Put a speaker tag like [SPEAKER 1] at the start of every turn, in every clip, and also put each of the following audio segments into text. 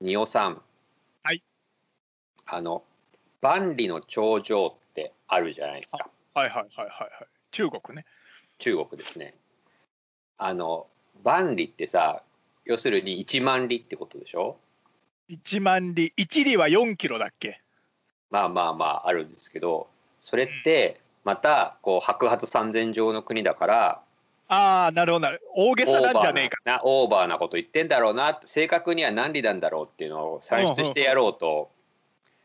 [SPEAKER 1] 二尾さん。
[SPEAKER 2] はい。
[SPEAKER 1] あの、万里の長城ってあるじゃないですか。
[SPEAKER 2] はいはいはいはいはい。中国ね。
[SPEAKER 1] 中国ですね。あの、万里ってさ、要するに一万里ってことでしょ
[SPEAKER 2] 1万里、1里は4キロだっけ
[SPEAKER 1] まあまあまああるんですけど、それって、また、こう、白髪三千条の国だから、
[SPEAKER 2] ああ、なるほどなるほど。大げさなんじゃねえか。
[SPEAKER 1] なオーバーなこと言ってんだろうな正確には何里なんだろうっていうのを算出してやろうと、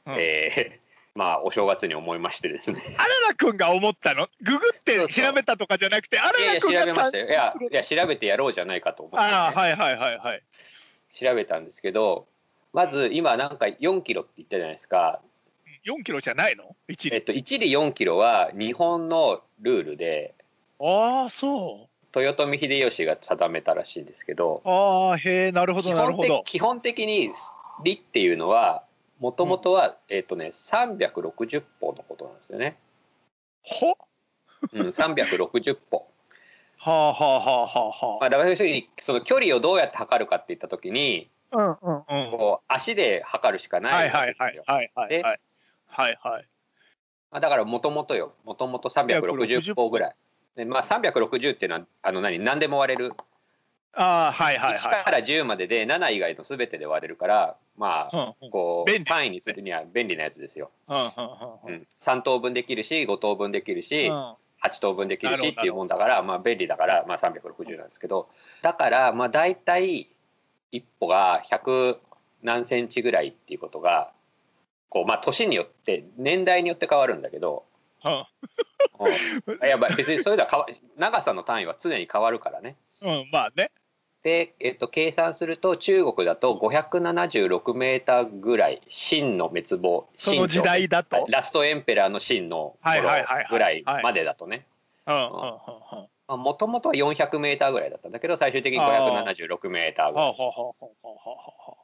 [SPEAKER 2] うん
[SPEAKER 1] えー まあお正月に思いましてですね
[SPEAKER 2] あららくんが思ったのググって調べたとかじゃなくて、あ
[SPEAKER 1] いや
[SPEAKER 2] ら
[SPEAKER 1] い
[SPEAKER 2] ら
[SPEAKER 1] や
[SPEAKER 2] く
[SPEAKER 1] 調
[SPEAKER 2] んが
[SPEAKER 1] べましたよいやいや調べてやろうじゃないかと思ってね、
[SPEAKER 2] ああ、はいはいはいはい。
[SPEAKER 1] 調べたんですけどまず今なんか4キロって言ったじゃないですか、
[SPEAKER 2] 4キロじゃないの ?1
[SPEAKER 1] えっ
[SPEAKER 2] 里。
[SPEAKER 1] と、1里4キロは日本のルールで
[SPEAKER 2] ああ、そ
[SPEAKER 1] 豊臣秀吉が定めたらしいんですけど
[SPEAKER 2] う。ああ、へえ、なるほど
[SPEAKER 1] 基
[SPEAKER 2] なるほ
[SPEAKER 1] 本的
[SPEAKER 2] ど。
[SPEAKER 1] 基本的に里っていうのはもともとは、えっとね360歩のことなんですよね。
[SPEAKER 2] ほは
[SPEAKER 1] うん、360歩。
[SPEAKER 2] あはあはあ
[SPEAKER 1] ま
[SPEAKER 2] は
[SPEAKER 1] あ、だから要するにその距離をどうやって測るかって言った時に
[SPEAKER 2] あはあ。うんうんうん。
[SPEAKER 1] こう足で測るしかな
[SPEAKER 2] はいい
[SPEAKER 1] わけ
[SPEAKER 2] はい
[SPEAKER 1] ですよ。
[SPEAKER 2] はいはいはいはい。はいはい。
[SPEAKER 1] まあ、だからもともとよもともと360歩ぐらい。でまあ、360っていうのはあの何何でも割れる
[SPEAKER 2] ああ、はいはい
[SPEAKER 1] 1
[SPEAKER 2] は
[SPEAKER 1] から10までで7以外の全てで割れるからまあ
[SPEAKER 2] い。うんうん
[SPEAKER 1] こ
[SPEAKER 2] 便
[SPEAKER 1] う
[SPEAKER 2] 利
[SPEAKER 1] 単位にするには便利なやつですよ。
[SPEAKER 2] うんうん
[SPEAKER 1] う
[SPEAKER 2] うんうん
[SPEAKER 1] ん、3等分できるし5等分できるし、
[SPEAKER 2] うん
[SPEAKER 1] 8等分できるし
[SPEAKER 2] なる
[SPEAKER 1] っ
[SPEAKER 2] ほど
[SPEAKER 1] ていうもんだから、まあ、便利だから、まあ、360なんですけどだからまあ大体一歩が100何センチぐらいっていうことがこうまあ年によって年代によって変わるんだけど、
[SPEAKER 2] うん
[SPEAKER 1] うんいやまあ別にそういうのは変わ長さの単位は常に変わるからね。
[SPEAKER 2] うん、まあね。
[SPEAKER 1] で、えっと、計算すると中国だと576メーターぐらい秦の滅亡
[SPEAKER 2] その時代だと。
[SPEAKER 1] 秦のラストエンペラーの秦の頃ぐらいまでだとね。
[SPEAKER 2] うんうんうんうん。
[SPEAKER 1] もともとは400メーターぐらいだったんだけど最終的に
[SPEAKER 2] あー
[SPEAKER 1] 576メーターぐ
[SPEAKER 2] は
[SPEAKER 1] らい
[SPEAKER 2] あはあはあはあはあは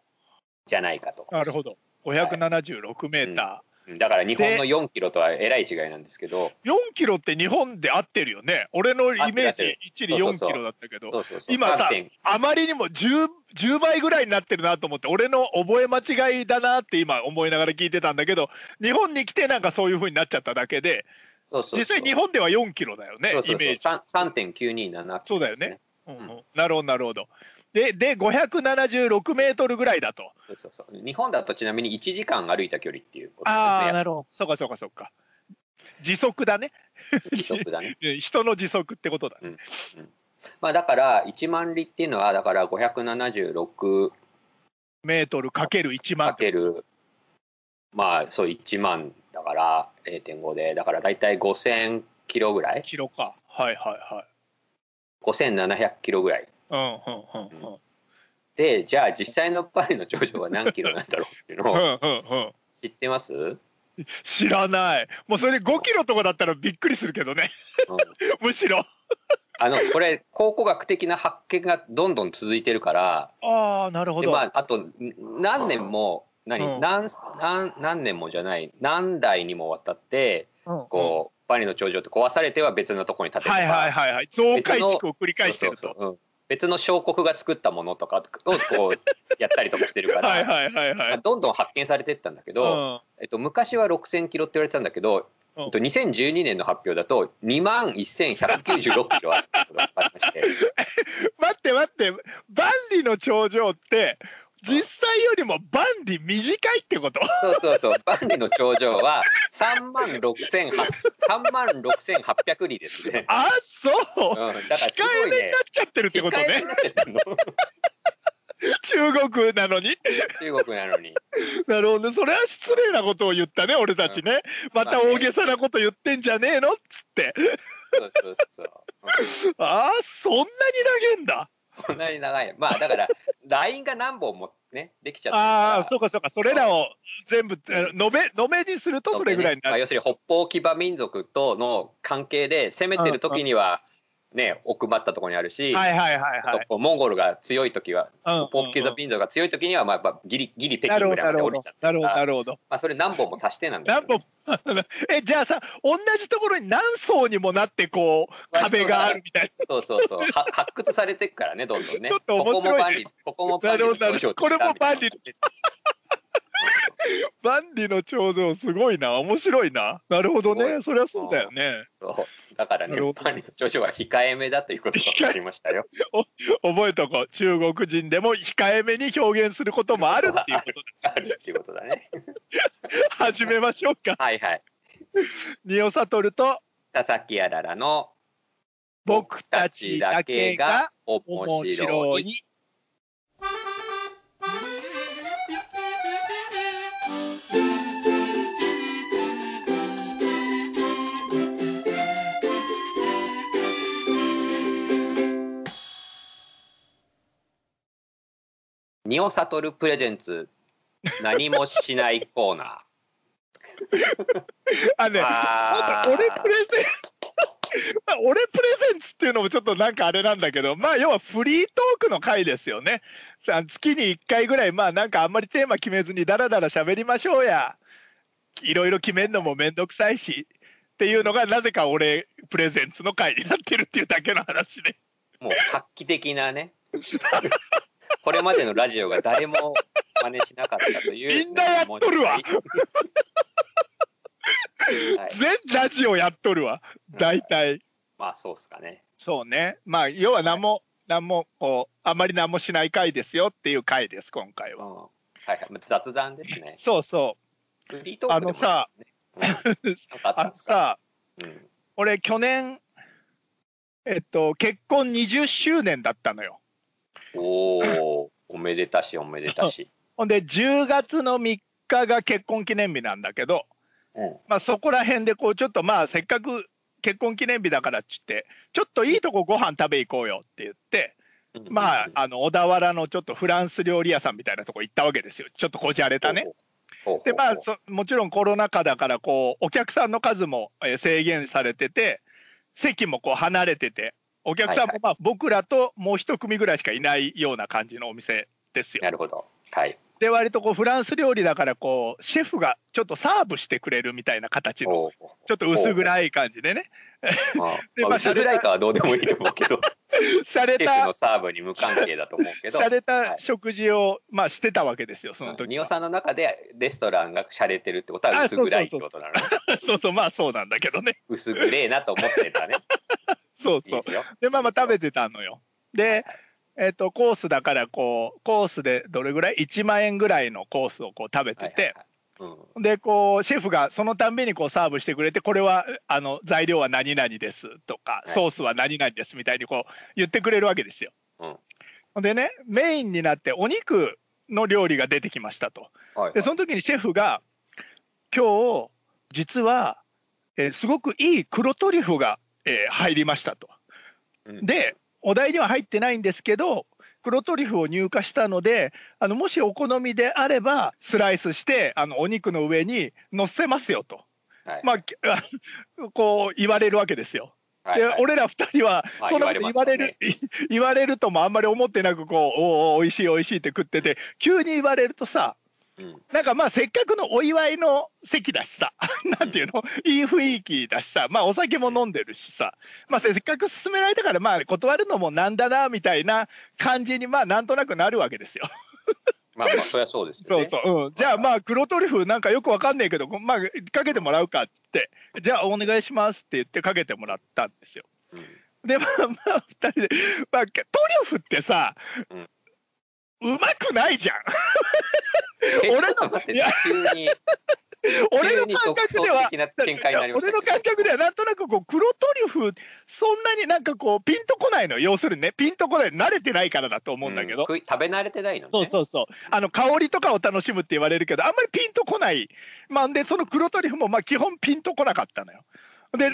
[SPEAKER 1] じゃないかと
[SPEAKER 2] あ。なるほど。576メータ
[SPEAKER 1] うんだから日本の4キロとはえらい違いなんですけど
[SPEAKER 2] ー。4キロって日本で合ってるよね。俺のイメ
[SPEAKER 1] 合
[SPEAKER 2] ー
[SPEAKER 1] ってる
[SPEAKER 2] ジ1里
[SPEAKER 1] そうそうそう
[SPEAKER 2] 4キロだったけど、
[SPEAKER 1] そうそうそう
[SPEAKER 2] 今さ
[SPEAKER 1] 3.5
[SPEAKER 2] あまりにも 10, 10倍ぐらいになってるなと思って、俺の覚え間違いだなって今思いながら聞いてたんだけど、日本に来てなんかそういう風になっちゃっただけで、
[SPEAKER 1] そうそうそう
[SPEAKER 2] 実際日本では4キロだよね、イ
[SPEAKER 1] そうそうそう
[SPEAKER 2] メージ。
[SPEAKER 1] 3 3.927
[SPEAKER 2] そうだよねうんうんなるほど、なるほど。で、で576メートルぐらいだと。
[SPEAKER 1] そうそうそう日本だとちなみに1時間歩いた距離っていうこと
[SPEAKER 2] ああ、
[SPEAKER 1] で
[SPEAKER 2] なるほど。そうかそうかそうか。時速だね。
[SPEAKER 1] すね規則だね、
[SPEAKER 2] 人の時速ってことだね。
[SPEAKER 1] まあ、だから1万里っていうのはだから576
[SPEAKER 2] メートルかける1万
[SPEAKER 1] か
[SPEAKER 2] って
[SPEAKER 1] けるまあそう1万だから0.5でだから大体5000キロぐらい
[SPEAKER 2] キロか。はいは
[SPEAKER 1] 5700キロぐらい
[SPEAKER 2] いはい。うんうんうんうん。
[SPEAKER 1] でじゃあ実際のパリの頂上は何キロなんだろうっていうの
[SPEAKER 2] う
[SPEAKER 1] を
[SPEAKER 2] んうんうん。
[SPEAKER 1] 知ってます、うん
[SPEAKER 2] 知らない。もうそれで5キロとかだったらびっくりするけどね。 むしろ。
[SPEAKER 1] あのこれ考古学的な発見がどんどん続いてるから
[SPEAKER 2] ああ、なるほ
[SPEAKER 1] で、
[SPEAKER 2] ど。
[SPEAKER 1] まあ、あとん何年も何,、
[SPEAKER 2] うん
[SPEAKER 1] 何何何年もじゃない何代にもわたってこう、パリの頂上って壊されては別のとこに建てた
[SPEAKER 2] はいはいはいはい。増改築を繰り返してると。
[SPEAKER 1] うん別の小国が作ったものとかを こうやったりとかしてるから
[SPEAKER 2] はいはいはい
[SPEAKER 1] ま
[SPEAKER 2] は
[SPEAKER 1] あ
[SPEAKER 2] い。
[SPEAKER 1] どんどん発見されてったんだけど、
[SPEAKER 2] うん
[SPEAKER 1] えっと、昔は6,000キロって言われてたんだけど、
[SPEAKER 2] うん
[SPEAKER 1] えっと、2012年の発表だと2万1196キロあったことが分かりまして
[SPEAKER 2] 待って待って。万里の頂上って実際よりも万里短いってこと
[SPEAKER 1] そうそうそう万里の頂上は3万6800 3万6800里ですね。
[SPEAKER 2] あそう
[SPEAKER 1] うん、だからす
[SPEAKER 2] 控
[SPEAKER 1] ご
[SPEAKER 2] え
[SPEAKER 1] い
[SPEAKER 2] めに
[SPEAKER 1] ね
[SPEAKER 2] なっ。ちゃってるってこと
[SPEAKER 1] 控えめ
[SPEAKER 2] ね
[SPEAKER 1] になっちゃってんの
[SPEAKER 2] 中国なのに
[SPEAKER 1] 中国なのに。
[SPEAKER 2] なるほどねそれは失礼なことを言ったね俺たちね、また大げさなこと言ってんじゃねえのっつって
[SPEAKER 1] そうそうそう。うん
[SPEAKER 2] ああそんなに投げんだ
[SPEAKER 1] こんなに長い。まあだからラインが何本もねできちゃってるから
[SPEAKER 2] ああそうかそうかそれらを全部あののべのめにするとそれぐらいに
[SPEAKER 1] ま
[SPEAKER 2] な
[SPEAKER 1] あ、
[SPEAKER 2] る
[SPEAKER 1] 要するに北方騎馬民族との関係で攻めてる時にはね奥まったところにあるし、
[SPEAKER 2] はいはいはい
[SPEAKER 1] あ
[SPEAKER 2] は
[SPEAKER 1] とこうモンゴルが強い時は、
[SPEAKER 2] い。うん
[SPEAKER 1] ポッキーザ・ピンゾが強い時には、まあ、やっぱギリギリ北
[SPEAKER 2] なる
[SPEAKER 1] 京
[SPEAKER 2] ほ
[SPEAKER 1] ぐ
[SPEAKER 2] ど
[SPEAKER 1] らいま
[SPEAKER 2] な
[SPEAKER 1] で
[SPEAKER 2] る
[SPEAKER 1] 降
[SPEAKER 2] ほ
[SPEAKER 1] り
[SPEAKER 2] ど
[SPEAKER 1] ちゃっ。
[SPEAKER 2] な
[SPEAKER 1] た
[SPEAKER 2] る
[SPEAKER 1] か
[SPEAKER 2] ほどな
[SPEAKER 1] ら、
[SPEAKER 2] るほど。
[SPEAKER 1] まあ、それ何本も足してなんだ
[SPEAKER 2] 何
[SPEAKER 1] けど
[SPEAKER 2] 本 えじゃあさ同じところに何層にもなってこう壁があるみたい
[SPEAKER 1] そうそうそうは発掘されていくからねどんどんね
[SPEAKER 2] ちょっと面白い
[SPEAKER 1] ここも万里ここも
[SPEAKER 2] な
[SPEAKER 1] 万
[SPEAKER 2] るほ
[SPEAKER 1] 里
[SPEAKER 2] どなるほどこれも万里な万里の頂上すごいな面白いななるほど
[SPEAKER 1] すご
[SPEAKER 2] ね
[SPEAKER 1] い
[SPEAKER 2] そりゃそうだよね
[SPEAKER 1] そうだからね
[SPEAKER 2] なるほ
[SPEAKER 1] 万
[SPEAKER 2] ど
[SPEAKER 1] 里の長所は控えめだということが分かりま したよ
[SPEAKER 2] 覚えとこう中国人でも控えめに表現することもあるっていうことで
[SPEAKER 1] あるっていうことだね
[SPEAKER 2] 始めましょ うか
[SPEAKER 1] はいはい
[SPEAKER 2] 仁尾悟と
[SPEAKER 1] 佐々木あららの
[SPEAKER 2] 僕たちだけが面
[SPEAKER 1] 面
[SPEAKER 2] 白
[SPEAKER 1] 白
[SPEAKER 2] い
[SPEAKER 1] い
[SPEAKER 2] に
[SPEAKER 1] 仁尾悟プレゼンツ何もしないコーナー
[SPEAKER 2] あねなん
[SPEAKER 1] あ
[SPEAKER 2] か
[SPEAKER 1] ー
[SPEAKER 2] 俺プレゼン 俺プレゼンツっていうのもちょっとなんかあれなんだけどまあ要はフリートークの回ですよねあ月に1回ぐらいまあなんかあんまりテーマ決めずにダラダラ喋りましょうやいろいろ決めんのもめんどくさいしっていうのがなぜか俺プレゼンツの回になってるっていうだけの話で
[SPEAKER 1] もう画期的なねこれまでのラジオが誰も真似しなかったという
[SPEAKER 2] みんなやっとるわ
[SPEAKER 1] はい
[SPEAKER 2] 全ラジオやっとるわ大体
[SPEAKER 1] まあそうっすかね
[SPEAKER 2] そうねまあ要は何も何もこうあまり何もしない回ですよっていう回です今回
[SPEAKER 1] うん
[SPEAKER 2] は
[SPEAKER 1] はいはい雑談ですね
[SPEAKER 2] そうそう
[SPEAKER 1] フリートークでも
[SPEAKER 2] あのさ
[SPEAKER 1] うんなんかあった
[SPEAKER 2] あ
[SPEAKER 1] んですか
[SPEAKER 2] さあ
[SPEAKER 1] うん
[SPEAKER 2] 俺去年えっと結婚20周年だったのよ
[SPEAKER 1] おおおめでたしおめでたし、
[SPEAKER 2] ほんで10月の3日が結婚記念日なんだけど、
[SPEAKER 1] うん、
[SPEAKER 2] まあ、そこら辺でこうちょっとまあせっかく結婚記念日だからっつってちょっといいとこご飯食べ行こうよって言ってまああの小田原のちょっとフランス料理屋さんみたいなとこ行ったわけですよちょっとこじゃれたね。
[SPEAKER 1] ほうほうほうほう
[SPEAKER 2] でまあそもちろんコロナ禍だからこうお客さんの数もえー制限されてて席もこう離れててお客さ
[SPEAKER 1] はい
[SPEAKER 2] ん
[SPEAKER 1] は
[SPEAKER 2] もまあ僕らともう一組ぐらいしかいないような感じのお店ですよ
[SPEAKER 1] な。るほどはい
[SPEAKER 2] で割とこうフランス料理だからこうシェフがちょっとサーブしてくれるみたいな形の
[SPEAKER 1] おお
[SPEAKER 2] ちょっと薄暗い感じでね
[SPEAKER 1] まあ
[SPEAKER 2] でまあ
[SPEAKER 1] まあ、薄暗いかはどうでもいいと思うけ ど、
[SPEAKER 2] 洒
[SPEAKER 1] シ
[SPEAKER 2] 落
[SPEAKER 1] ェフ
[SPEAKER 2] た
[SPEAKER 1] のサーブに無関係だと思うけど、
[SPEAKER 2] 洒落
[SPEAKER 1] は
[SPEAKER 2] た
[SPEAKER 1] い
[SPEAKER 2] 食事をまあしてたわけですよその時
[SPEAKER 1] ニオ
[SPEAKER 2] は。
[SPEAKER 1] さんの中でレストランが洒落てるってことは薄暗いってことなのね。
[SPEAKER 2] そうそうまあそうなんだけどね。
[SPEAKER 1] 薄暗いなと思ってたね。
[SPEAKER 2] そう
[SPEAKER 1] いい
[SPEAKER 2] そう
[SPEAKER 1] ですよ。
[SPEAKER 2] でまあまあ食べてたのよ。で、えっとコースだからこうコースでどれぐらい1万円ぐらいのコースをこう食べてて、
[SPEAKER 1] はいはいはい。
[SPEAKER 2] でこうシェフがそのたんびにこうサーブしてくれてこれはあの材料は何々ですと
[SPEAKER 1] は
[SPEAKER 2] か、
[SPEAKER 1] い
[SPEAKER 2] ソースは何々ですみたいにこう言ってくれるわけですよ。
[SPEAKER 1] うん
[SPEAKER 2] ほんでねメインになってお肉の料理が出てきましたと。
[SPEAKER 1] うん。はい
[SPEAKER 2] でその時にシェフが「今日実は、えーすごくいい黒トリュフが、えー入りました」と。
[SPEAKER 1] うん
[SPEAKER 2] でお題には入ってないんですけど黒トリュフを入荷したのであのもしお好みであればスライスしてあのお肉の上に乗せますよと、
[SPEAKER 1] はい
[SPEAKER 2] まあきこう言われるわけですよ。
[SPEAKER 1] はい
[SPEAKER 2] で、
[SPEAKER 1] はい
[SPEAKER 2] 俺ら二人は
[SPEAKER 1] まあ
[SPEAKER 2] そんなこと言
[SPEAKER 1] 言
[SPEAKER 2] わ
[SPEAKER 1] わ
[SPEAKER 2] れ
[SPEAKER 1] れ
[SPEAKER 2] る、
[SPEAKER 1] ます
[SPEAKER 2] 言われるともあんまり思ってなくこうおーおいしいおいしいって食ってて急に言われるとさ
[SPEAKER 1] うん
[SPEAKER 2] なんかまあせっかくのお祝いの席だしさ なんていうのいい雰囲気だしさまあお酒も飲んでるしさまあせっかく勧められたからまあ断るのもなんだなみたいな感じにまあなんとなくなるわけですよ。
[SPEAKER 1] まあまあそりゃそうですよ
[SPEAKER 2] そ
[SPEAKER 1] ね。
[SPEAKER 2] うそう、うん、じゃあまあ黒トリュフなんかよくわかんねえけどこまあかけてもらうかってじゃあお願いしますって言ってかけてもらったんですよ。
[SPEAKER 1] うん
[SPEAKER 2] でまあまあ2人で、まあ、トリュフってさ、う
[SPEAKER 1] うん
[SPEAKER 2] まくないじゃん
[SPEAKER 1] え
[SPEAKER 2] 俺の
[SPEAKER 1] ちょっと待って
[SPEAKER 2] いや
[SPEAKER 1] 急に
[SPEAKER 2] 俺
[SPEAKER 1] 急
[SPEAKER 2] の
[SPEAKER 1] に
[SPEAKER 2] 感
[SPEAKER 1] 独
[SPEAKER 2] 覚
[SPEAKER 1] 創
[SPEAKER 2] では
[SPEAKER 1] 的な展開になりまし
[SPEAKER 2] 俺
[SPEAKER 1] た
[SPEAKER 2] の感覚ではなんとなくこう黒トリュフそんなになんかこうピンとこないの要するにねピンとこない慣れてないからだと思うんだけど、
[SPEAKER 1] 食い食べ慣れてないのね。
[SPEAKER 2] そうそうそうあの香りとかを楽しむって言われるけどあんまりピンとこないまあでその黒トリュフもまあ基本ピンとこなかったのよ。で、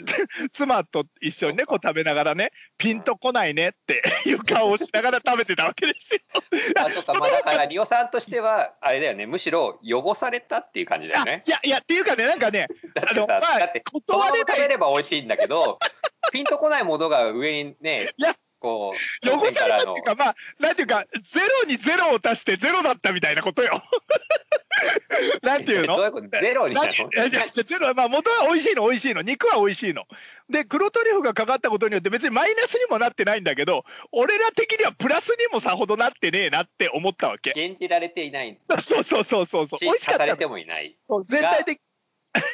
[SPEAKER 2] 妻と一緒にね、こう食べながらね、ピンとこないねっていう顔をしながら食べてたわけですよ。
[SPEAKER 1] あそうかまあだからリオさんとしてはあれだよねむしろ汚されたっていう感じだよね
[SPEAKER 2] あいやいやっていうかねなんかね
[SPEAKER 1] だっ
[SPEAKER 2] あ
[SPEAKER 1] てさ
[SPEAKER 2] のま
[SPEAKER 1] だ
[SPEAKER 2] あ
[SPEAKER 1] ってそのま
[SPEAKER 2] 断
[SPEAKER 1] ま
[SPEAKER 2] れ
[SPEAKER 1] 食
[SPEAKER 2] な
[SPEAKER 1] べ
[SPEAKER 2] い
[SPEAKER 1] れば美味しいんだけ どピンとこないものが上にね
[SPEAKER 2] いや
[SPEAKER 1] こう
[SPEAKER 2] 汚され
[SPEAKER 1] か
[SPEAKER 2] た
[SPEAKER 1] ら
[SPEAKER 2] っていうかまあなんていうかゼロにゼロを足してゼロだったみたいなことよ。 なんていうの
[SPEAKER 1] どういうことゼロに
[SPEAKER 2] なん
[SPEAKER 1] したの
[SPEAKER 2] ていやいやいやゼロまあ元は美味しいの美味しいの肉は美味しいので黒トリュフがかかったことによって別にマイナスにもなってないんだけど俺ら的にはプラスにもさほどなってねえなって思ったわけ
[SPEAKER 1] 現じられていない
[SPEAKER 2] そうそうそうそうそう
[SPEAKER 1] し
[SPEAKER 2] 美味しか
[SPEAKER 1] 足
[SPEAKER 2] った
[SPEAKER 1] され
[SPEAKER 2] の
[SPEAKER 1] てもいない
[SPEAKER 2] 全体的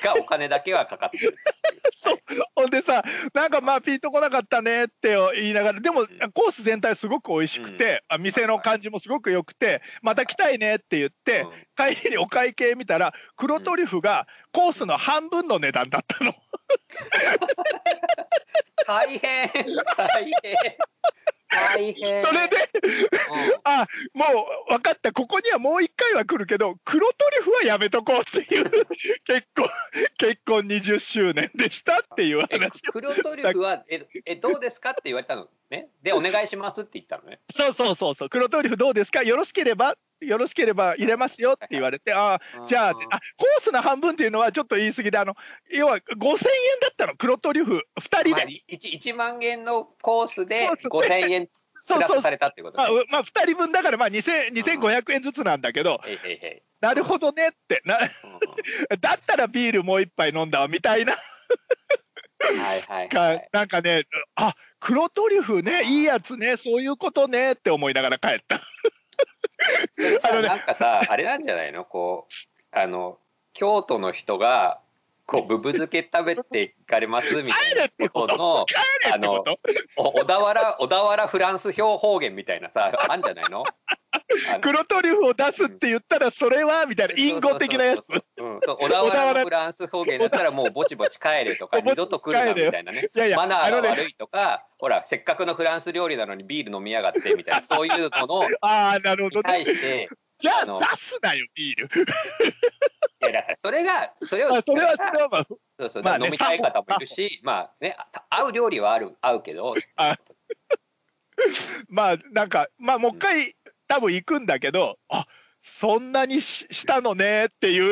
[SPEAKER 1] がお金だけはかかって るっていう
[SPEAKER 2] そうほんでさなんかまあピンとこなかったねって言いながらでも
[SPEAKER 1] ん
[SPEAKER 2] コース全体すごく美味しくて、あ店の感じもすごく良くてまた来たいねって言って
[SPEAKER 1] うん
[SPEAKER 2] 帰りにお会計見たら黒トリュフがコースの半分の値段だったの。
[SPEAKER 1] 大変大変大変
[SPEAKER 2] それで
[SPEAKER 1] うん
[SPEAKER 2] あもう分かったここにはもう一回は来るけど黒トリュフはやめとこうっていう 結婚結婚20周年でしたっていう
[SPEAKER 1] え
[SPEAKER 2] 話
[SPEAKER 1] 黒トリュフはええどうですかって言われたのねでお願いしますって言ったのね
[SPEAKER 2] そうそうそうそう黒トリュフどうですかよろしければよろしければ入れますよって言われてああ じゃああコースの半分っていうのはちょっと言い過ぎであの要は5000円だったの黒トリュフ2人
[SPEAKER 1] まあ、
[SPEAKER 2] で、
[SPEAKER 1] 1, 万円のコースで
[SPEAKER 2] コ
[SPEAKER 1] 5000円プ
[SPEAKER 2] そう
[SPEAKER 1] ラ
[SPEAKER 2] そ
[SPEAKER 1] スさ
[SPEAKER 2] うそう
[SPEAKER 1] れたってこと
[SPEAKER 2] まあ
[SPEAKER 1] ね。
[SPEAKER 2] うまあ、2人分だからまあ2000 2500円ずつなんだけど
[SPEAKER 1] えいえいえい
[SPEAKER 2] なるほどねってな
[SPEAKER 1] う
[SPEAKER 2] だったらビールもう一杯飲んだわみたいなん
[SPEAKER 1] はいはい
[SPEAKER 2] か、
[SPEAKER 1] はい。
[SPEAKER 2] なんかねあ黒トリュフねいいやつねそういうことねって思いながら帰った
[SPEAKER 1] それ
[SPEAKER 2] あ
[SPEAKER 1] さ
[SPEAKER 2] のね
[SPEAKER 1] なんかさあれなんじゃないのこうあの京都の人がこうぶぶ漬け食べていかれますみたい
[SPEAKER 2] 帰れって
[SPEAKER 1] な
[SPEAKER 2] こ
[SPEAKER 1] こと の
[SPEAKER 2] 帰れってこと
[SPEAKER 1] お小田原小田原フランス表方言みたいなさあんじゃないのあの
[SPEAKER 2] 黒トリュフを出すって言ったらそれはみたいな隠語的なやつ
[SPEAKER 1] そうそうそうそううんそう小
[SPEAKER 2] 小
[SPEAKER 1] 田
[SPEAKER 2] 田
[SPEAKER 1] 原
[SPEAKER 2] 原
[SPEAKER 1] のフランス方言だったらもうぼちぼち帰れとか
[SPEAKER 2] ぼ
[SPEAKER 1] 二
[SPEAKER 2] ちぼち
[SPEAKER 1] 度と来るなみたいなね
[SPEAKER 2] いやいや
[SPEAKER 1] マナ
[SPEAKER 2] あ
[SPEAKER 1] ー
[SPEAKER 2] の
[SPEAKER 1] が
[SPEAKER 2] ね
[SPEAKER 1] 悪いとかほらせっかくのフランス料理なのにビール飲みやがってみたいなそういうのの
[SPEAKER 2] ああなるほ
[SPEAKER 1] に
[SPEAKER 2] どね
[SPEAKER 1] 対して
[SPEAKER 2] じゃ
[SPEAKER 1] あの
[SPEAKER 2] あ出すなよビール
[SPEAKER 1] いやだからそれがそれを
[SPEAKER 2] あそれはそ
[SPEAKER 1] さ
[SPEAKER 2] れはまあ
[SPEAKER 1] そうそう
[SPEAKER 2] まあね
[SPEAKER 1] 飲みたい方もいるしまあねあ合う料理はある合うけど
[SPEAKER 2] まあなんかまあもう一回多分行くんだけどあそんなにししたのねっていう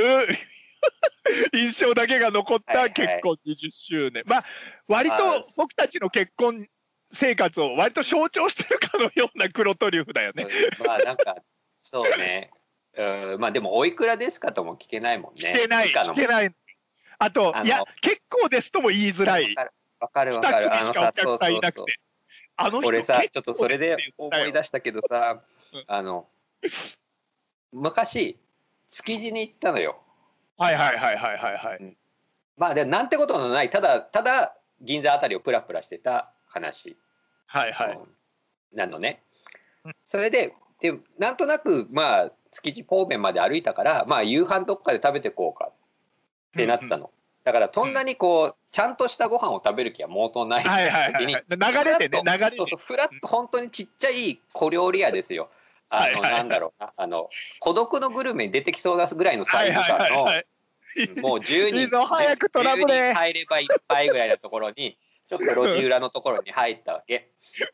[SPEAKER 2] 印象だけが残っ
[SPEAKER 1] はいは
[SPEAKER 2] た
[SPEAKER 1] い
[SPEAKER 2] 結婚20周年、まあ割
[SPEAKER 1] あ
[SPEAKER 2] と僕たちの結婚生活を割と象徴してるかのような黒トリュフだよ ね。
[SPEAKER 1] まあなんかそうねうんまあでもおいくらですかとも聞けないもんね
[SPEAKER 2] 聞けない
[SPEAKER 1] 以下のも
[SPEAKER 2] 聞けないあと
[SPEAKER 1] あの
[SPEAKER 2] いや結構ですとも言いづらい
[SPEAKER 1] わかる
[SPEAKER 2] 2
[SPEAKER 1] わかる
[SPEAKER 2] 組
[SPEAKER 1] あ
[SPEAKER 2] し
[SPEAKER 1] の
[SPEAKER 2] か
[SPEAKER 1] さ
[SPEAKER 2] お客さんいなくてあの人
[SPEAKER 1] 俺さ
[SPEAKER 2] 結
[SPEAKER 1] ち
[SPEAKER 2] 構
[SPEAKER 1] ょっとそれで
[SPEAKER 2] ですって言っ
[SPEAKER 1] 思
[SPEAKER 2] たよ
[SPEAKER 1] い出したけどさ
[SPEAKER 2] うん
[SPEAKER 1] あの昔築地に行ったのよ
[SPEAKER 2] はいはいはいはいはいはい
[SPEAKER 1] まあでもなんてことのないただただ銀座あたりをプラプラしてた話
[SPEAKER 2] はいはい
[SPEAKER 1] なのね。それででなんとなくまあ築地方面まで歩いたからまあ夕飯どっかで食べてこうかってなったの。だからそんなにこうちゃんとしたご飯を食べる気は毛頭ない
[SPEAKER 2] はいはいはいはい流れでね流れ
[SPEAKER 1] そう
[SPEAKER 2] で
[SPEAKER 1] そうフラッと本当にちっちゃい小料理屋ですよ。あ
[SPEAKER 2] はい
[SPEAKER 1] の
[SPEAKER 2] はいはい
[SPEAKER 1] なんだろうなあの孤独のグルメに出てきそうなぐらいのサイズ感の
[SPEAKER 2] はい
[SPEAKER 1] もう10人
[SPEAKER 2] いいぞ早くトラブ
[SPEAKER 1] 10
[SPEAKER 2] れ
[SPEAKER 1] 人入ればいっぱいぐらいのところにちょっと路地裏のところに入ったわけ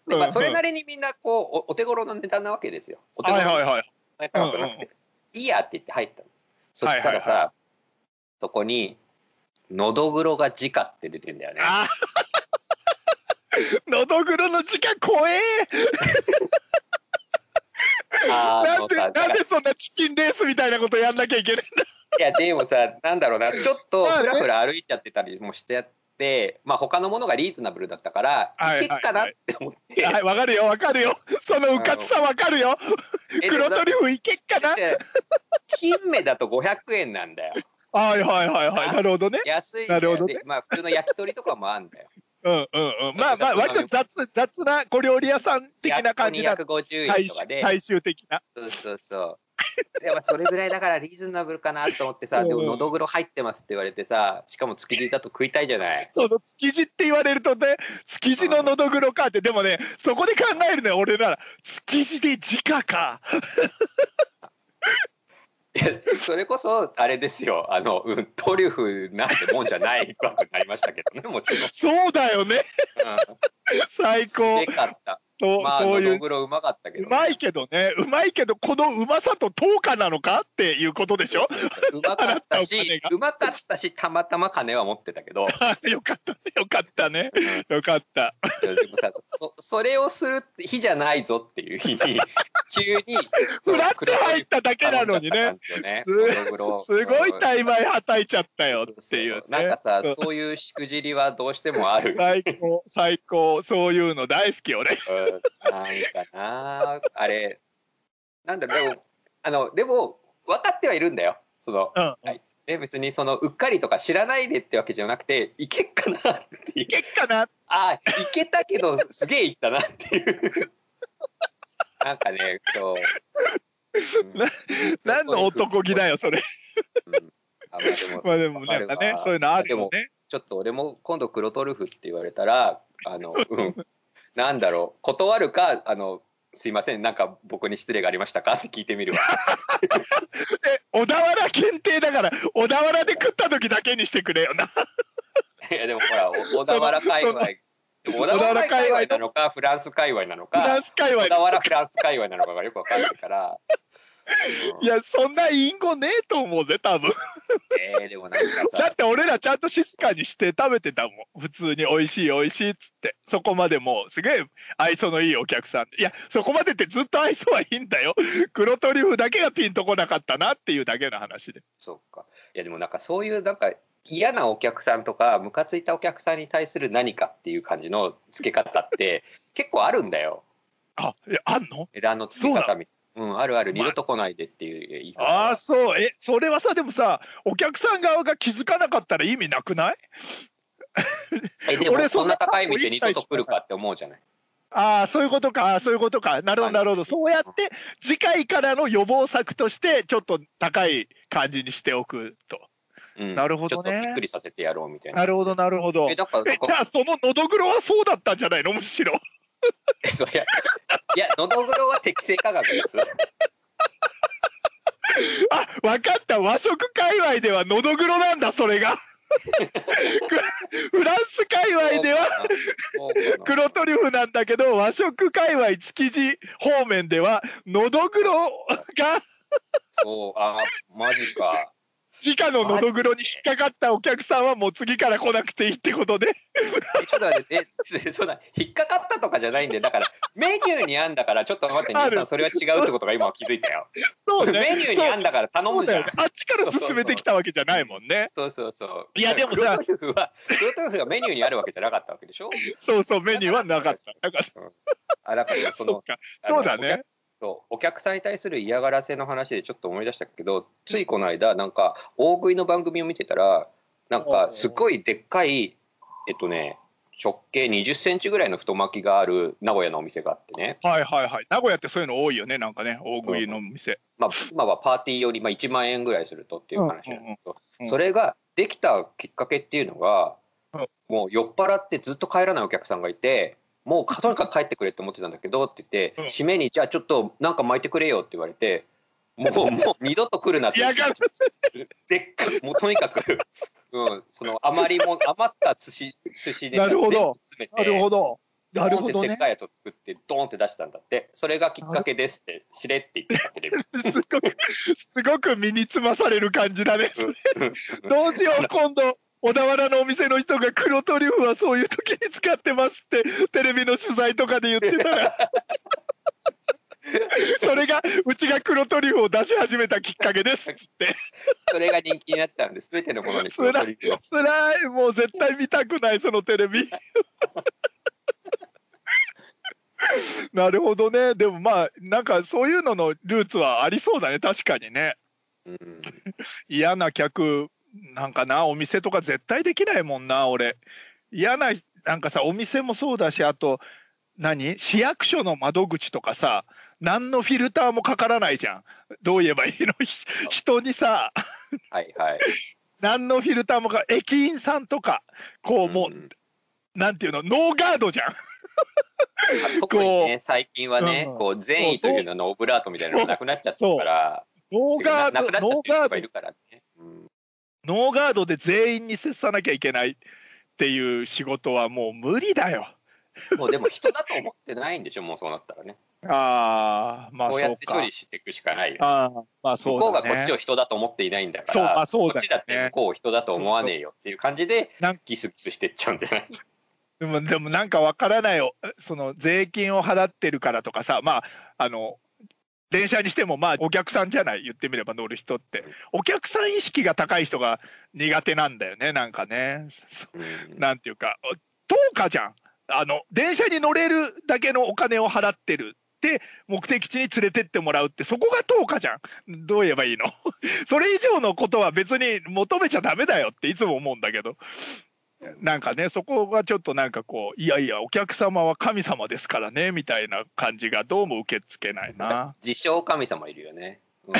[SPEAKER 1] で、まあ、それなりにみんなこうおお手頃の値段なわけですよお手
[SPEAKER 2] はい
[SPEAKER 1] 頃
[SPEAKER 2] は
[SPEAKER 1] の
[SPEAKER 2] い はい
[SPEAKER 1] 値段じゃなくて、いいやって言って入ったのそしたらさ、
[SPEAKER 2] はい
[SPEAKER 1] そこに「のどぐろが直」って出てんだよね
[SPEAKER 2] あ ーのどぐろの時間怖え
[SPEAKER 1] あー
[SPEAKER 2] なんで
[SPEAKER 1] あのさだ
[SPEAKER 2] な
[SPEAKER 1] か
[SPEAKER 2] ん
[SPEAKER 1] ら
[SPEAKER 2] でそんなチキンレースみたいなことやんなきゃいけない
[SPEAKER 1] いやでもさなんだろうなちょっとふらふら歩いちゃってたりもしてあってまあ他のものがリーズナブルだったから
[SPEAKER 2] はい
[SPEAKER 1] い
[SPEAKER 2] はい
[SPEAKER 1] けっかなって思って、
[SPEAKER 2] はいわかるよわかるよそのうかつさわかるよ
[SPEAKER 1] え
[SPEAKER 2] 黒トリュフいけっかな
[SPEAKER 1] だって金目だと500円なんだよ。
[SPEAKER 2] はいはいはいはいなるほどね
[SPEAKER 1] 安いんだ
[SPEAKER 2] な
[SPEAKER 1] よ
[SPEAKER 2] るほどね
[SPEAKER 1] でまあ普通の焼き鳥とかもあんだよ。
[SPEAKER 2] うんうんうんまあまあ割と雑雑な小料理屋さん 的な感じだ
[SPEAKER 1] 250
[SPEAKER 2] 大
[SPEAKER 1] 円と
[SPEAKER 2] 衆
[SPEAKER 1] かで。
[SPEAKER 2] 大衆的な
[SPEAKER 1] そうそうそう。でもそれぐらいだからリーズナブルかなと思ってさ、
[SPEAKER 2] うん
[SPEAKER 1] でものどぐろ入ってますって言われてさ、しかも築地だと食いたいじゃない。
[SPEAKER 2] その築地って言われるとね築地ののどぐろかってでもねそこで考えるね俺なら築地で直か
[SPEAKER 1] それこそあれですよあの、うん、トリュフなんてもんじゃないわけになりましたけどねもちろん、うん、
[SPEAKER 2] そうだよね。 最高
[SPEAKER 1] で。かった
[SPEAKER 2] そう、
[SPEAKER 1] まあ
[SPEAKER 2] そうい
[SPEAKER 1] ノ
[SPEAKER 2] う
[SPEAKER 1] ド。グロうまかったけどね、
[SPEAKER 2] うまいけどね、うまいけど、このうまさと等価なのかっていうことでしょ。
[SPEAKER 1] うまかった
[SPEAKER 2] 払ったお金
[SPEAKER 1] し
[SPEAKER 2] が
[SPEAKER 1] うまかったしたまたま金は持ってたけど、
[SPEAKER 2] よかった、よかったね、
[SPEAKER 1] うん
[SPEAKER 2] よかった。
[SPEAKER 1] でもさそそれをする日じゃないぞっていう日 に急に
[SPEAKER 2] フラッて入っただけなのにね。
[SPEAKER 1] その黒い服頼んじゃったんですよねノドグロ
[SPEAKER 2] すごい大枚はたいちゃったよっていう、ね。
[SPEAKER 1] そうなんかさそういうしくじりはどうしてもあ る
[SPEAKER 2] 最高、最高、そういうの大好き、俺。
[SPEAKER 1] うんなんかなあれなんだろうでもあのでも分かってはいるんだよその、
[SPEAKER 2] うん
[SPEAKER 1] はいね、別にそのうっかりとか知らないでってわけじゃなくていけっかなっていう
[SPEAKER 2] いけっかな、
[SPEAKER 1] あいけたけどすげえいったなっていう なんかね今日、うん
[SPEAKER 2] な何の男気だよ、それ。
[SPEAKER 1] うんあまあでも
[SPEAKER 2] まあでも、なんかね、そういうのあるよね。
[SPEAKER 1] ちょっと俺も今度黒トルフって言われたらあの、うん、なんだろう断るかあのすいませんなんか僕に失礼がありましたかって聞いてみるわ
[SPEAKER 2] え小田原限定だから、小田原で食った時だけにしてくれよな。
[SPEAKER 1] いやでもほらお小田原界隈でも小田原界隈なのかフランス界隈なの
[SPEAKER 2] フラ
[SPEAKER 1] か
[SPEAKER 2] ンス界
[SPEAKER 1] 小
[SPEAKER 2] 隈
[SPEAKER 1] 田原フランス界隈なのかがよくわかんないから、うん
[SPEAKER 2] いや、そんな隠語ねえと思うぜ、多分。
[SPEAKER 1] えーでもなんか
[SPEAKER 2] だ
[SPEAKER 1] さ
[SPEAKER 2] って俺らちゃんと静かにして食べてたもん。普通に美味しい美味しいっつって。そこまでもうすげえ愛想のいいお客さん。いや、そこまでってずっと愛想はいいんだよ。 黒トリュフだけがピンとこなかったなっていうだけの話で。
[SPEAKER 1] そうかいやでもなんかそういうなんか嫌なお客さんとかムカついたお客さんに対する何かっていう感じの付け方 って結構あるんだよ。
[SPEAKER 2] あ、いやあんの
[SPEAKER 1] 枝の付け方みうん、あるある二度と来ないでっていう言い方
[SPEAKER 2] ああ、そう。え、それはさ、でもさ、お客さん側が気づかなかったら意味なくない
[SPEAKER 1] えでも
[SPEAKER 2] 俺
[SPEAKER 1] そ
[SPEAKER 2] そ
[SPEAKER 1] ん
[SPEAKER 2] ん
[SPEAKER 1] な
[SPEAKER 2] な
[SPEAKER 1] 高い店二度と来るかって思うじゃない
[SPEAKER 2] ああ、そういうことか。あーそういうことか。なるほ
[SPEAKER 1] はい
[SPEAKER 2] ど、なるほど。そうやって次回からの予防策として、ちょっと高い感じにしておくと。
[SPEAKER 1] うん
[SPEAKER 2] なるほどね
[SPEAKER 1] ちょっとびっくりさせてやろうみたいな
[SPEAKER 2] なるほど、なるほど。
[SPEAKER 1] えだからだ
[SPEAKER 2] え
[SPEAKER 1] か
[SPEAKER 2] じ
[SPEAKER 1] ら
[SPEAKER 2] ゃあそののどぐろはそうだったんじゃないのむしろ
[SPEAKER 1] そりゃいやのどぐろは適正価格 です
[SPEAKER 2] あ分かった和食界隈ではのどぐろなんだそれが フランス界隈では
[SPEAKER 1] そうかなそうかな
[SPEAKER 2] 黒トリュフなんだけど和食界隈築地方面ではのどぐろが
[SPEAKER 1] そうあマジか
[SPEAKER 2] 直ののどぐろに引っかかったお客さんはもう次から来なくていいってことで
[SPEAKER 1] えちょっと待ってえそうだ引っかかったとかじゃないんでだからメニューにあんだからちょっと待って
[SPEAKER 2] あ
[SPEAKER 1] 皆
[SPEAKER 2] る
[SPEAKER 1] さんそれは違うってことが今は気づいたよ
[SPEAKER 2] そうね
[SPEAKER 1] メニューにあんだから頼
[SPEAKER 2] そう
[SPEAKER 1] むじ
[SPEAKER 2] だ
[SPEAKER 1] ゃ
[SPEAKER 2] よ
[SPEAKER 1] ん
[SPEAKER 2] ねあっちから進めてきたわけじゃないもんね
[SPEAKER 1] そうそうそう
[SPEAKER 2] いやでも
[SPEAKER 1] 黒
[SPEAKER 2] さ
[SPEAKER 1] トリュフは黒トリュフがメニューにあるわけじゃなかったわけでしょ
[SPEAKER 2] そうそうメニューはなかったなかっ
[SPEAKER 1] あだから
[SPEAKER 2] た
[SPEAKER 1] そ
[SPEAKER 2] そ
[SPEAKER 1] の
[SPEAKER 2] っか
[SPEAKER 1] あの
[SPEAKER 2] そうだね
[SPEAKER 1] そうお客さんに対する嫌がらせの話でちょっと思い出したけどついこの間なんか大食いの番組を見てたらなんかすごいでっかいえっとね直径2 0センチぐらいの太巻きがある名古屋のお店があってね、
[SPEAKER 2] はいはいはい。名古屋ってそういうの多いよね、なんかね、大食いの店。
[SPEAKER 1] まあ、今はパーティーよりまあ1万円ぐらいするとっていう話なんだけど
[SPEAKER 2] うん
[SPEAKER 1] それができたきっかけっていうのが
[SPEAKER 2] うん
[SPEAKER 1] もう酔っ払ってずっと帰らないお客さんがいて。もうかとにかく帰ってくれって思ってたんだけどって言って
[SPEAKER 2] うん
[SPEAKER 1] 締めにじゃあちょっとなんか巻いてくれよって言われてもう もう二度と来るなって
[SPEAKER 2] 嫌がらせ
[SPEAKER 1] でっかいもうとにかく、 うん、その余りも余った寿司寿司で
[SPEAKER 2] なるほど
[SPEAKER 1] 全部詰めて
[SPEAKER 2] ど。
[SPEAKER 1] ドーンってでっかいやつを作ってドーンって出したんだってそれがきっかけですってしれって言ってたテレビ
[SPEAKER 2] す ごく、すごく身につまされる感じだね。どうしよう、今度。小田原のお店の人が黒トリュフはそういう時に使ってますってテレビの取材とかで言ってた らそれがうちが黒トリュフを出し始めたきっかけですっつって
[SPEAKER 1] それが人気になったんです全てのものに
[SPEAKER 2] 辛い
[SPEAKER 1] 黒トリュフを
[SPEAKER 2] つらいもう絶対見たくないそのテレビ なるほどねでもまあなんかそういうののルーツはありそうだね確かにね
[SPEAKER 1] うん
[SPEAKER 2] 嫌な客なんかなお店とか絶対できないもんな俺嫌ななんかさお店もそうだしあと何市役所の窓口とかさ何のフィルターもかからないじゃんどう言えばいいのひ人にさ
[SPEAKER 1] はいはい
[SPEAKER 2] 何のフィルターもか駅員さんとかこうもう、
[SPEAKER 1] ん
[SPEAKER 2] なんていうのノーガードじゃん
[SPEAKER 1] 特にね最近はね
[SPEAKER 2] うん
[SPEAKER 1] こう善意というののオブラートみたいなのがなくなっちゃったから
[SPEAKER 2] ノーガ
[SPEAKER 1] な
[SPEAKER 2] ー
[SPEAKER 1] くな
[SPEAKER 2] ド
[SPEAKER 1] っちゃ
[SPEAKER 2] ノ
[SPEAKER 1] ってる人が
[SPEAKER 2] ーガード
[SPEAKER 1] いるからね。うん、
[SPEAKER 2] ノーガードで全員に接さなきゃいけないっていう仕事はもう無理だよ。
[SPEAKER 1] もうでも人だと思ってないんでしょ、もうそうなったらね。
[SPEAKER 2] ああまあ
[SPEAKER 1] こうや
[SPEAKER 2] そ
[SPEAKER 1] っ
[SPEAKER 2] う
[SPEAKER 1] て処
[SPEAKER 2] か
[SPEAKER 1] 理。していくしかないよ。
[SPEAKER 2] あーまあそ
[SPEAKER 1] 向
[SPEAKER 2] う
[SPEAKER 1] こう
[SPEAKER 2] だ
[SPEAKER 1] が
[SPEAKER 2] ね。
[SPEAKER 1] こっちを人だと思っていないんだか
[SPEAKER 2] そう
[SPEAKER 1] ら、
[SPEAKER 2] まあそう
[SPEAKER 1] こ
[SPEAKER 2] だよね
[SPEAKER 1] っちだって向こうを人だと思わねえよっていう感じで
[SPEAKER 2] なん
[SPEAKER 1] ギスギスしてっちゃうんじゃない
[SPEAKER 2] でもでもなんかわからないよその税金を払ってるからとかさまああの電車にしてもまあお客さんじゃない言ってみれば乗る人ってお客さん意識が高い人が苦手なんだよねなんかねそ
[SPEAKER 1] うん
[SPEAKER 2] なんていうか等価じゃんあの電車に乗れるだけのお金を払ってるで目的地に連れてってもらうってそこが等価じゃんどう言えばいいの それ以上のことは別に求めちゃダメだよっていつも思うんだけどなんかねそこがちょっとなんかこういやいやお客様は神様ですからねみたいな感じがどうも受け付けないな。
[SPEAKER 1] 自称神様いるよね。うん
[SPEAKER 2] い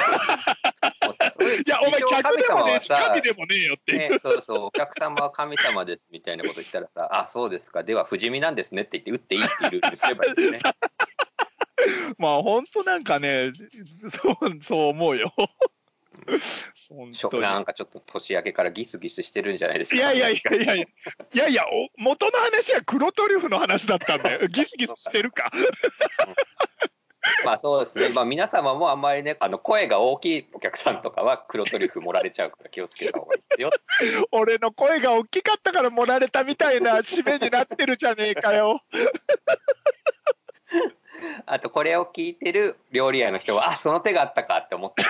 [SPEAKER 2] やお前
[SPEAKER 1] 自称
[SPEAKER 2] 客でもねえし
[SPEAKER 1] 神様はさ
[SPEAKER 2] 神でもねえよっていう、
[SPEAKER 1] ね、そうそう、お客様は神様ですみたいなこと言ったらさ、あ、そうですか、では不死身なんですねって言って、打っていいっていうルールにすればいいよ ね。
[SPEAKER 2] まあ本当なんかねそうそう思うよ。本
[SPEAKER 1] ちょ
[SPEAKER 2] 当に
[SPEAKER 1] なんかちょっと年明けからギスギスしてるんじゃないですか。
[SPEAKER 2] いやいやいやいやいやいやいやお元の話は黒トリュフの話だったんだよギスギスしてるか
[SPEAKER 1] まあそうですね、まあ、皆様もあんまりね、あの声が大きいお客さんとかは黒トリュフ盛られちゃうから気をつけた方がいい ですよ。
[SPEAKER 2] 俺の声が大きかったから盛られたみたいな締めになってるじゃねえかよ
[SPEAKER 1] あとこれを聞いてる料理屋の人は、あその手があったかって思って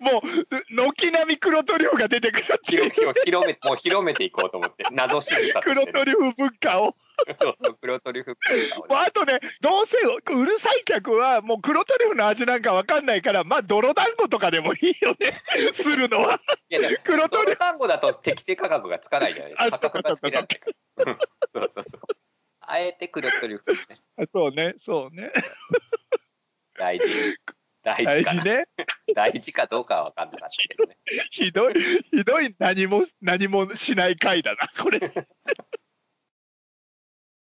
[SPEAKER 2] もう軒並み黒トリュフが出てくるっていう
[SPEAKER 1] 広広めもう広めていこうと思 って、謎仕草と
[SPEAKER 2] 黒
[SPEAKER 1] して
[SPEAKER 2] ト
[SPEAKER 1] ね、
[SPEAKER 2] リュフ文化を
[SPEAKER 1] そうそう黒トリュフ文化をね
[SPEAKER 2] もうあとねどうせうるさい客はもう黒トリュフの味なんかわかんないからまあ泥団子とかでもいいよねするのはい
[SPEAKER 1] やでも
[SPEAKER 2] 黒トリュ
[SPEAKER 1] 黒
[SPEAKER 2] フ
[SPEAKER 1] 単語だと適正価格がつかないじゃないですか。
[SPEAKER 2] あ
[SPEAKER 1] 価格がつけられないから。そうそうそう。あえて黒トリュフね、
[SPEAKER 2] そうねそうね
[SPEAKER 1] 大 事。大事
[SPEAKER 2] 大
[SPEAKER 1] か
[SPEAKER 2] 事
[SPEAKER 1] な
[SPEAKER 2] ね
[SPEAKER 1] 大事かどうかは分かんなかったけどね。
[SPEAKER 2] ひどいひどい何も何もしない回だなこれ